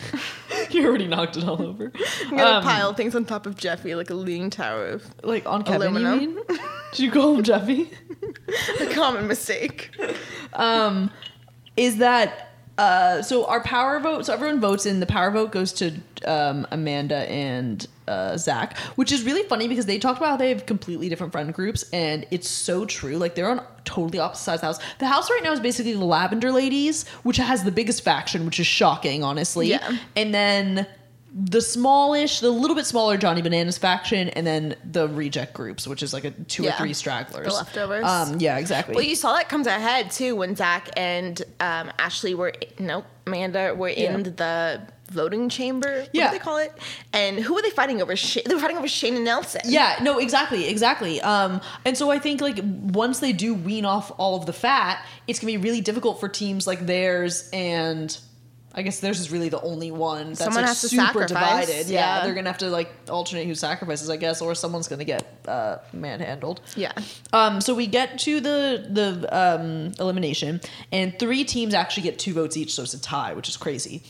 (laughs) you already knocked it all over.
I'm gonna
Um,
pile things on top of (laughs) Jeffy like a leaning tower of.
like on Kevin,
Aluminum. (laughs)
you mean? Did you call him Jeffy?
a common mistake.
is that uh, so our power vote so everyone votes in the power vote goes to um, amanda and uh, zach which is really funny because they talked about how they have completely different friend groups and it's so true like they're on totally opposite sides of the house the house right now is basically the lavender ladies which has the biggest faction which is shocking honestly
Yeah.
and then the smallish the little bit smaller johnny bananas faction and then the reject groups which is like a two or
Yeah.
three stragglers
The leftovers.
um, yeah exactly
Well, you saw that comes ahead too when Zach and um, Ashley were nope Amanda were in
Yeah.
the voting chamber. What
Yeah.
do they call it? And who were they fighting over? Sha- they were fighting over Shane and Nelson.
Yeah, no, exactly, exactly. Um, and so I think like once they do wean off all of the fat, it's gonna be really difficult for teams like theirs and I guess theirs is really the only one that's
Someone
like
has to
super
sacrifice,
divided. Yeah.
yeah.
they're gonna have to like alternate who sacrifices, I guess, or someone's gonna get uh, manhandled.
Yeah.
Um, so we get to the the um, elimination, and three teams actually get two votes each, so it's a tie, which is crazy.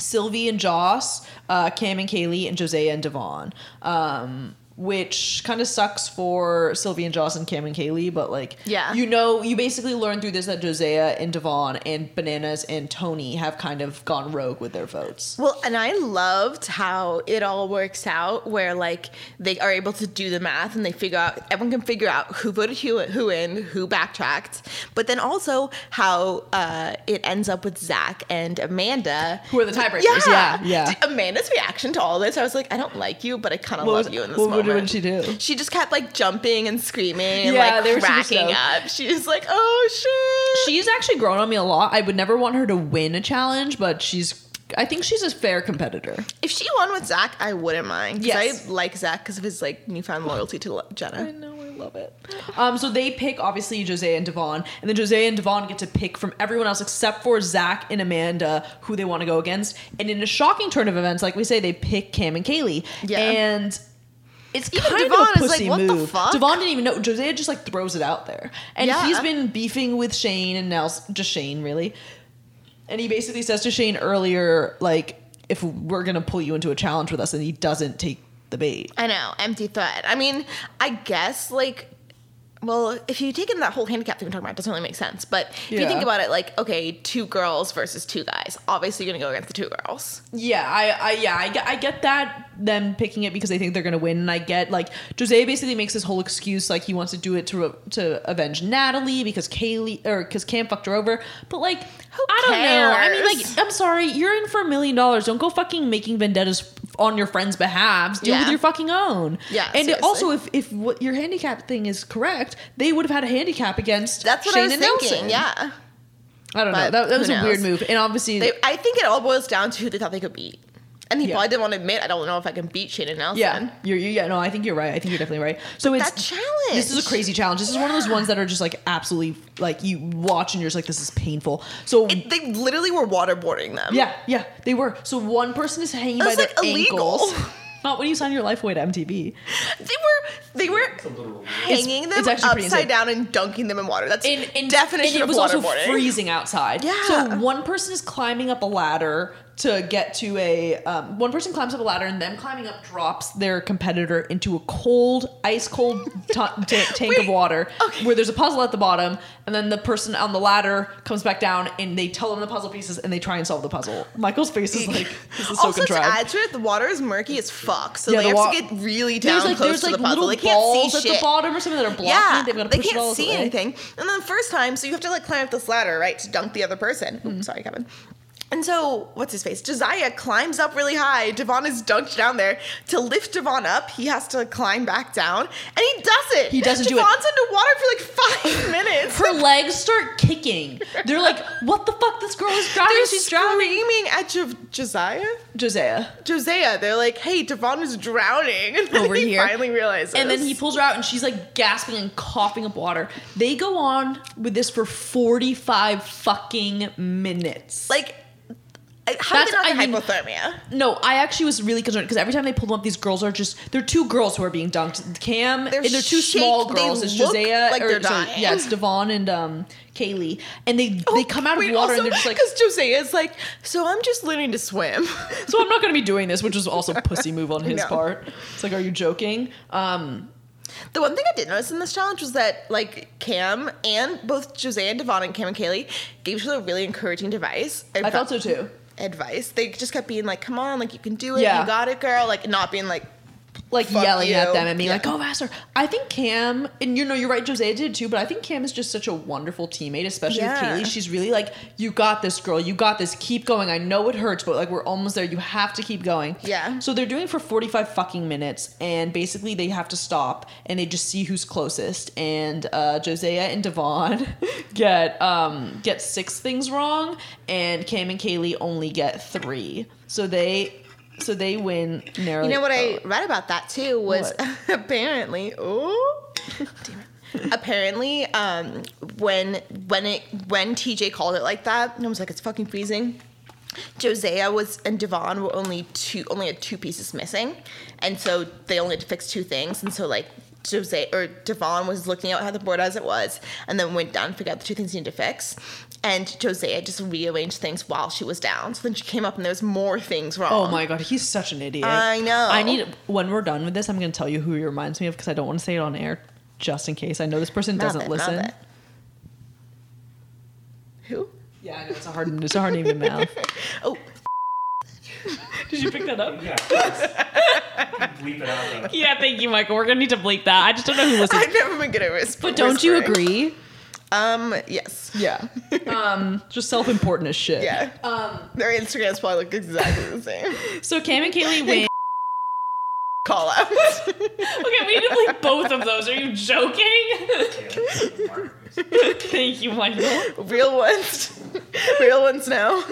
Sylvie and Joss, uh, Cam and Kaylee, and Jose and Devon. Um, which kind of sucks for Sylvie and Joss and Cam and Kaylee, but like,
Yeah.
you know, you basically learn through this that Josea and Devon and Bananas and Tony have kind of gone rogue with their votes.
Well, and I loved how it all works out, where like they are able to do the math and they figure out everyone can figure out who voted who, who in, who backtracked, but then also how uh, it ends up with Zach and Amanda,
Who are the tiebreakers? Yeah, yeah.
D- Amanda's reaction to all this, I was like, I don't like you, but I kind of
What
love
was-
you in this
what would- what did
moment.
she do?
She just kept like jumping and screaming and
Yeah,
like
they were super
cracking
stoked.
up. She was like, oh shit.
She's actually grown on me a lot. I would never want her to win a challenge, but she's, I think she's a fair competitor.
If she won with Zach, I wouldn't mind.
Yes.
Yes. I like Zach because of his like newfound loyalty to lo- Jenna.
know, I love it. Um, so they pick obviously Jose and Devon, and then Jose and Devon get to pick from everyone else except for Zach and Amanda who they want to go against. And in a shocking turn of events, like we say, they pick Cam and Kaylee.
Yeah.
And it's
Even
kind
Devon
of a
is like,
pussy
"What the
move.
fuck?"
Devon didn't even know. Jose just like throws it out there, and
Yeah.
he's been beefing with Shane and Nelson, just Shane really. And he basically says to Shane earlier, like, if we're gonna pull you into a challenge with us, and he doesn't take the bait.
I know, empty threat. I mean, I guess like, well, if you take in that whole handicap thing we're talking about, it doesn't really make sense. But if you
Yeah.
think about it, like, okay, two girls versus two guys. Obviously, you're gonna go against the two girls.
Yeah, I, I yeah, I, get- I get that them picking it because they think they're gonna win, and I get like Jose basically makes this whole excuse like he wants to do it to to avenge Natalie because Kaylee or because Cam fucked her over, but like I don't know. I mean,
cares?
like I'm sorry, you're in for a million dollars. Don't go fucking making vendettas f- on your friends' behalves. Deal with
Yeah.
your fucking own.
Yeah,
and it-
seriously.
also if if what your handicap thing is correct, they would have had a handicap against
That's what
Shane
I was
and
thinking.
Nelson.
Yeah,
I don't know.
But
That, that was
who
a weird
knows?
move, and obviously
they, I think it all boils down to who they thought they could beat, and he
Yeah.
probably didn't want to admit. I don't know if I can beat Shane and Nelson.
Yeah, you're, you yeah. No, I think you're right. I think you're definitely right. So it's
that challenge.
This is a crazy challenge. This is one of those ones that are just like absolutely like you watch and you're just like this is painful. So
It, they literally were waterboarding them.
yeah, yeah, they were. So one person is hanging by
That's,
their
like, illegal.
ankles.
(laughs)
Not when you sign your life away to MTV.
they were they were
It's a little weird.
hanging them
it's actually pretty
upside
insane.
down and dunking them in water. That's
And, and and
definition
it was
of
also
waterboarding. (laughs)
freezing outside.
Yeah.
So one person is climbing up a ladder to get to a. Um, one person climbs up a ladder and them climbing up drops their competitor into a cold, ice cold ta- (laughs) ta- tank of
Wait.
water
Okay.
where there's a puzzle at the bottom, and then the person on the ladder comes back down and they tell them the puzzle pieces and they try and solve the puzzle. Michael's face is like this is so
also,
contrived.
to add to it, the water is murky as fuck, so
Yeah,
they
the
have
wa-
to get really down
there's like
close
there's
to
like
the puzzle.
little
They can't
balls
see
at
shit.
the bottom or something that are blocking.
yeah,
it. They've got to
they
push it all
can't see
away.
anything. And then the first time, so you have to like climb up this ladder, right, to dunk the other person.
Mm-hmm.
Oops, sorry, Kevin. And so, what's his face? Josiah climbs up really high. Devon is dunked down there. To lift Devon up, he has to climb back down, and he doesn't.
He doesn't do it.
Devon's underwater
(laughs)
for like five minutes.
her legs start kicking. They're like, "What the fuck? This girl is drowning.
They're
She's drowning."
screaming at jo- Josiah.
Josea,
Josiah, they're like, "Hey, Devon is drowning." (laughs) And then
Over
he
here.
finally realizes.
and then he pulls her out, and she's like gasping and coughing up water. They go on with this for forty-five fucking minutes.
like, I- how did
That's-
they not
I
get
mean-
hypothermia?
No, I actually was really concerned because every time they pull them up, these girls are just—they're two girls who are being dunked. Cam,
They're
and they're two
shake-
small
they
girls. It's
look
Josea,
like
or,
they're
sorry,
dying. Oh,
yeah, it's Devon and um, Kaylee, and they they come out of water and they're just
(laughs)
like,
because Josea's like, "So I'm just learning to swim."
so
(laughs)
I'm not going to be doing this, which was also a pussy move on his
No.
part. It's like, are you joking? Um,
(laughs) The one thing I did notice in this challenge was that like Cam and both Joseanne, Devon, and Cam and Kaylee gave each other really encouraging advice.
I thought so too.
Advice. They just kept being like, "Come on, like you can do it.
Yeah.
You got it, girl." Like not being like,
Like
Fuck
yelling at
you.
them and being
Yeah.
like, "Go faster!" I think Cam, and you know, you're right. Jose did too, but I think Cam is just such a wonderful teammate, especially
Yeah.
with Kaylee. She's really like, "You got this, girl. You got this. Keep going. I know it hurts, but like, we're almost there. You have to keep going."
Yeah.
So they're doing it for 45 fucking minutes, and basically they have to stop and they just see who's closest. And uh, Josea and Devon (laughs) get um, get six things wrong, and Cam and Kaylee only get three. So they so they win narrowly.
You know what
Oh.
I read about that too was
What?
(laughs) apparently, oh, damn it. (laughs) apparently, um, when when it when TJ called it like that, and I was like, it's fucking freezing. Josea was and Devon were only two only had two pieces missing, and so they only had to fix two things, and so like. Jose or Devon was looking at how the board as it was, and then went down and figured out the two things he needed to fix. And Josea just rearranged things while she was down. So then she came up and there was more things wrong.
Oh my god, he's such an idiot.
Um, I know.
I need when we're done with this, I'm gonna tell you who he reminds me of because I don't want to say it on air, just in case. I know this person doesn't
Muppet,
listen.
Muppet. Who?
Yeah, I know it's a hard it's a hard name
(laughs)
to mouth.
Oh,
Did you pick that up?
Yeah.
(laughs)
of course. You can bleep it out. though.
Yeah, thank you, Michael. We're gonna need to bleep that. I just don't know who listens.
I've never been good at whisp-
But don't you
whispering.
agree?
Um, yes.
Yeah. (laughs) um, just self important as shit.
Yeah.
Um,
Their Instagrams probably look exactly the same.
so Cam and Kaylee win.
Call out.
(laughs)
(laughs)
okay, we need to bleep both of those. Are you joking? (laughs)
Yeah, that's markers.
thank you, Michael.
Real ones. Real ones now.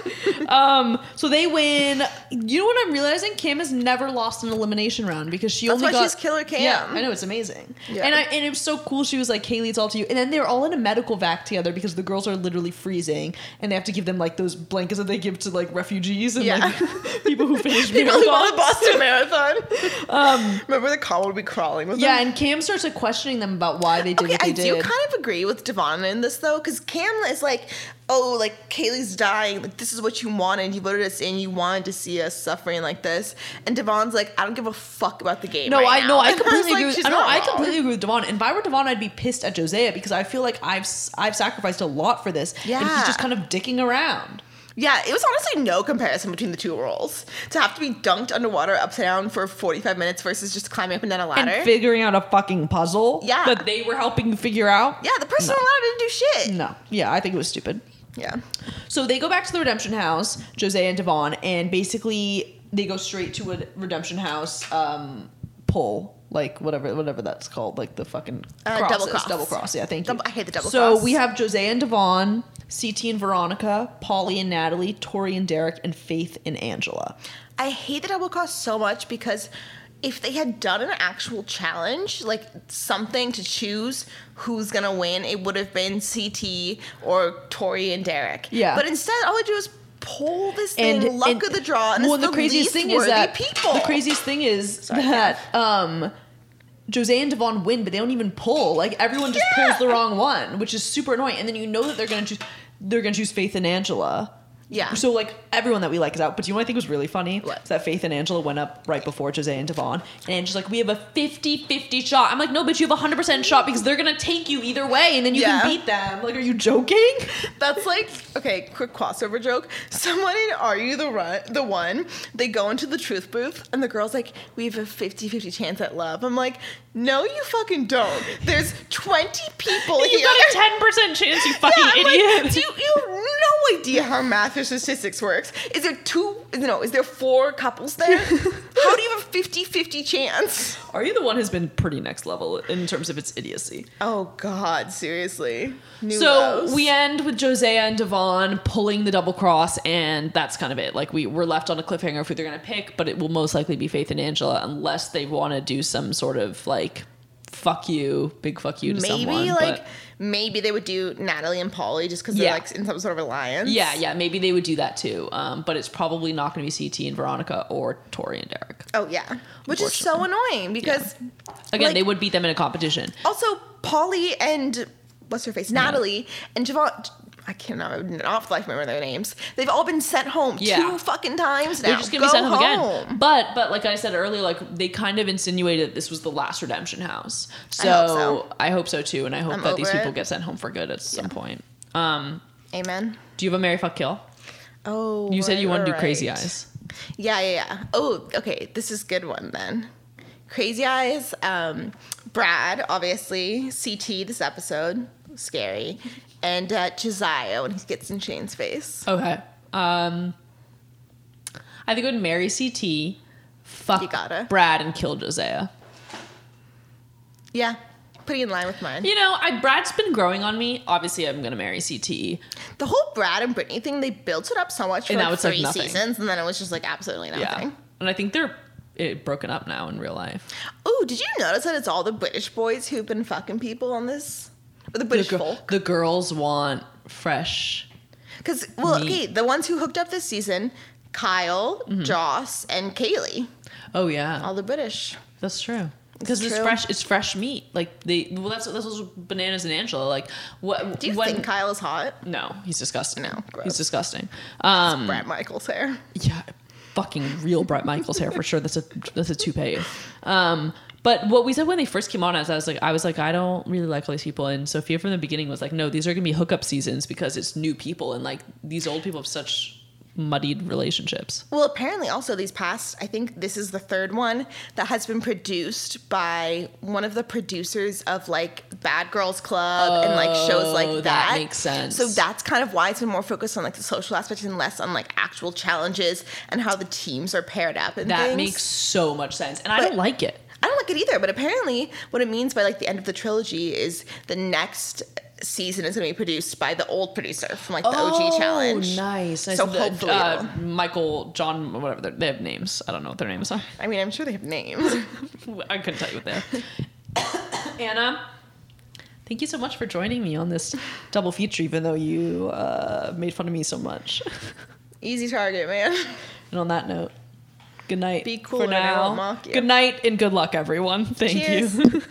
Um, so they win. You know what I'm realizing? Cam has never lost an elimination round because she
That's
only
why
got
she's Killer Cam.
Yeah, I know it's amazing.
Yeah.
And I and it was so cool. She was like, "Kaylee, it's all to you." And then they're all in a medical vac together because the girls are literally freezing, and they have to give them like those blankets that they give to like refugees and
Yeah.
like (laughs) people who finish
(laughs) They really won
marathons.
the Boston Marathon. Remember the call would be crawling with
Yeah,
them?
and Cam starts like questioning them about why they did
Okay,
what they
I
did.
do kind of agree with Devon in this though, because Cam is like, oh, like Kaylee's dying. Like this is what you wanted. You voted us in. You wanted to see us suffering like this. And Devon's like, I don't give a fuck about the game.
No,
right
I
now. (laughs)
no, I
And was
completely
like,
agree. With,
she's
I know,
not
I
wrong.
completely agree with Devon. And if I were Devon, I'd be pissed at Josea because I feel like I've s- I've sacrificed a lot for this, and he's
Yeah.
just kind of dicking around.
Yeah, it was honestly no comparison between the two roles. To have to be dunked underwater upside down for 45 minutes versus just climbing up and down a ladder.
And figuring out a fucking puzzle
Yeah.
that they were helping figure out.
yeah, the person
No.
on the ladder didn't do shit.
No. Yeah, I think it was stupid.
Yeah.
So they go back to the redemption house, Jose and Devon, and basically they go straight to a redemption house um, pull, like whatever whatever that's called, like the fucking
Uh,
crosses,
double cross.
double cross. Yeah, thank you.
Double- I hate the double
so
cross.
we have Jose and Devon, CT and Veronica, Polly and Natalie, Tori and Derek, and Faith and Angela.
I hate the double cross so much because if they had done an actual challenge, like something to choose who's gonna win, it would have been CT or Tori and Derek.
Yeah.
But instead, all they do is pull this thing, luck of the draw, and
well,
it's the, least worthy people.
the craziest thing is
Sorry.
that um, Jose and Devon win, but they don't even pull. Like everyone just
Yeah.
pulls the wrong one, which is super annoying. And then you know that they're gonna choose they're gonna choose Faith and Angela.
Yeah.
So like everyone that we like is out. But do you know what I think was really funny?
What?
Is that Faith and Angela went up right before Jose and Devon, and she's like, "We have a 50-50 shot." I'm like, "No, but you have a hundred percent shot because they're gonna take you either way, and then you
Yeah.
can beat them." Like, are you joking? (laughs)
That's like okay, quick crossover joke. (laughs) Someone in Are You the Run the One? They go into the truth booth and the girl's like, We have a 50-50 chance at love. I'm like, no you fucking don't. There's 20 people
(laughs) You
here.
got a ten percent chance, you fucking
yeah, I'm
idiot.
like, do you, you have no idea how math or statistics works? Is there two no, is there four
(laughs)
couples there? how do you have a 50-50 chance?
Are you the one has been pretty next level in terms of its idiocy?
Oh god, seriously. New
so
lows.
we end with Josea and Devon pulling the double cross, and that's kind of it. Like we we're left on a cliffhanger of who they're gonna pick, but it will most likely be Faith and Angela unless they want to do some sort of like fuck you, big fuck you to
maybe
someone.
like
but-
maybe they would do Natalie and Polly just because they're
Yeah.
like in some sort of alliance.
yeah, yeah, maybe they would do that too. Um, but it's probably not gonna be CT and Veronica or Tori and Derek.
Oh yeah, which is so annoying because
Again,
Like-
they would beat them in a competition.
also Polly and what's her face Natalie and Javon. I cannot I would not like remember their names. They've all been sent home
Yeah.
two fucking times now.
They're just gonna be
Go
sent home, again. But but like I said earlier, like they kind of insinuated that this was the last redemption house. So
I
I
hope
hope so, too, and I hope
I'm
that these
over
people
it.
get sent home for good at some point.
Amen.
Do you have a Mary fuck kill?
Oh,
You said you
right,
want to do crazy
right.
eyes.
Yeah, yeah, yeah. Oh, okay. This is good one then. Crazy Eyes, um, Brad, obviously, CT this episode, scary, and uh, Josiah when he gets in Shane's face.
Okay. Um I think I would marry CT, fuck
You gotta.
Brad and kill Josiah.
Yeah, pretty in line with mine.
You know, I Brad's been growing on me. Obviously I'm gonna marry CT.
The whole Brad and Brittany thing, they built it up so much for
And now
like,
it's, like,
three
nothing.
seasons, and then it was just like absolutely
Yeah.
nothing.
And I think they're eh, broken up now in real life.
Oh, did you notice that it's all the British boys who've been fucking people on this? Or the
The,
British
gir-
folk?
the girls want fresh
Because well,
Me. Mm-hmm.
okay, the ones who hooked up this season, Kyle, Joss, and Kaylee,
Oh yeah.
all the British.
That's true. Because it's
true.
fresh, it's fresh meat. Like they, well, that's that's also bananas and Angela. Like what?
Do you
when-
think Kyle is hot?
No, he's disgusting.
No,
he's
gross.
disgusting. Um,
Brett Michaels hair.
yeah, fucking real Brett Michaels hair for sure. That's a that's a toupee. Um, but what we said when they first came on as I was like, I was like, I don't really like all these people. And Sophia from the beginning was like, no, these are gonna be hookup seasons because it's new people and like these old people have such muddied relationships.
Well, apparently, also these past, I think this is the third one that has been produced by one of the producers of like Bad Girls Club and like shows like
Oh,
that.
that makes sense.
So that's kind of why it's been more focused on like the social aspects and less on like actual challenges and how the teams are paired up and
That
things.
makes so much sense, and I
But-
don't like it.
I don't like it either, but apparently what it means by like the end of the trilogy is the next season is going to be produced by the old producer from like the
Oh,
OG challenge.
Nice. nice.
So
The-
hopefully
uh,
it'll-
Michael, John, whatever they- they have names. I don't know what their names are. (laughs)
I mean, I'm sure they have names. (laughs)
I couldn't tell you what they are. (coughs) Anna, thank you so much for joining me on this double feature, even though you uh, made fun of me so much. (laughs)
Easy target, man.
And on that note, good night.
Be cool
for
and I
now.
won't mock you.
Good night and good luck, everyone. Thank (laughs)
Cheers.
you.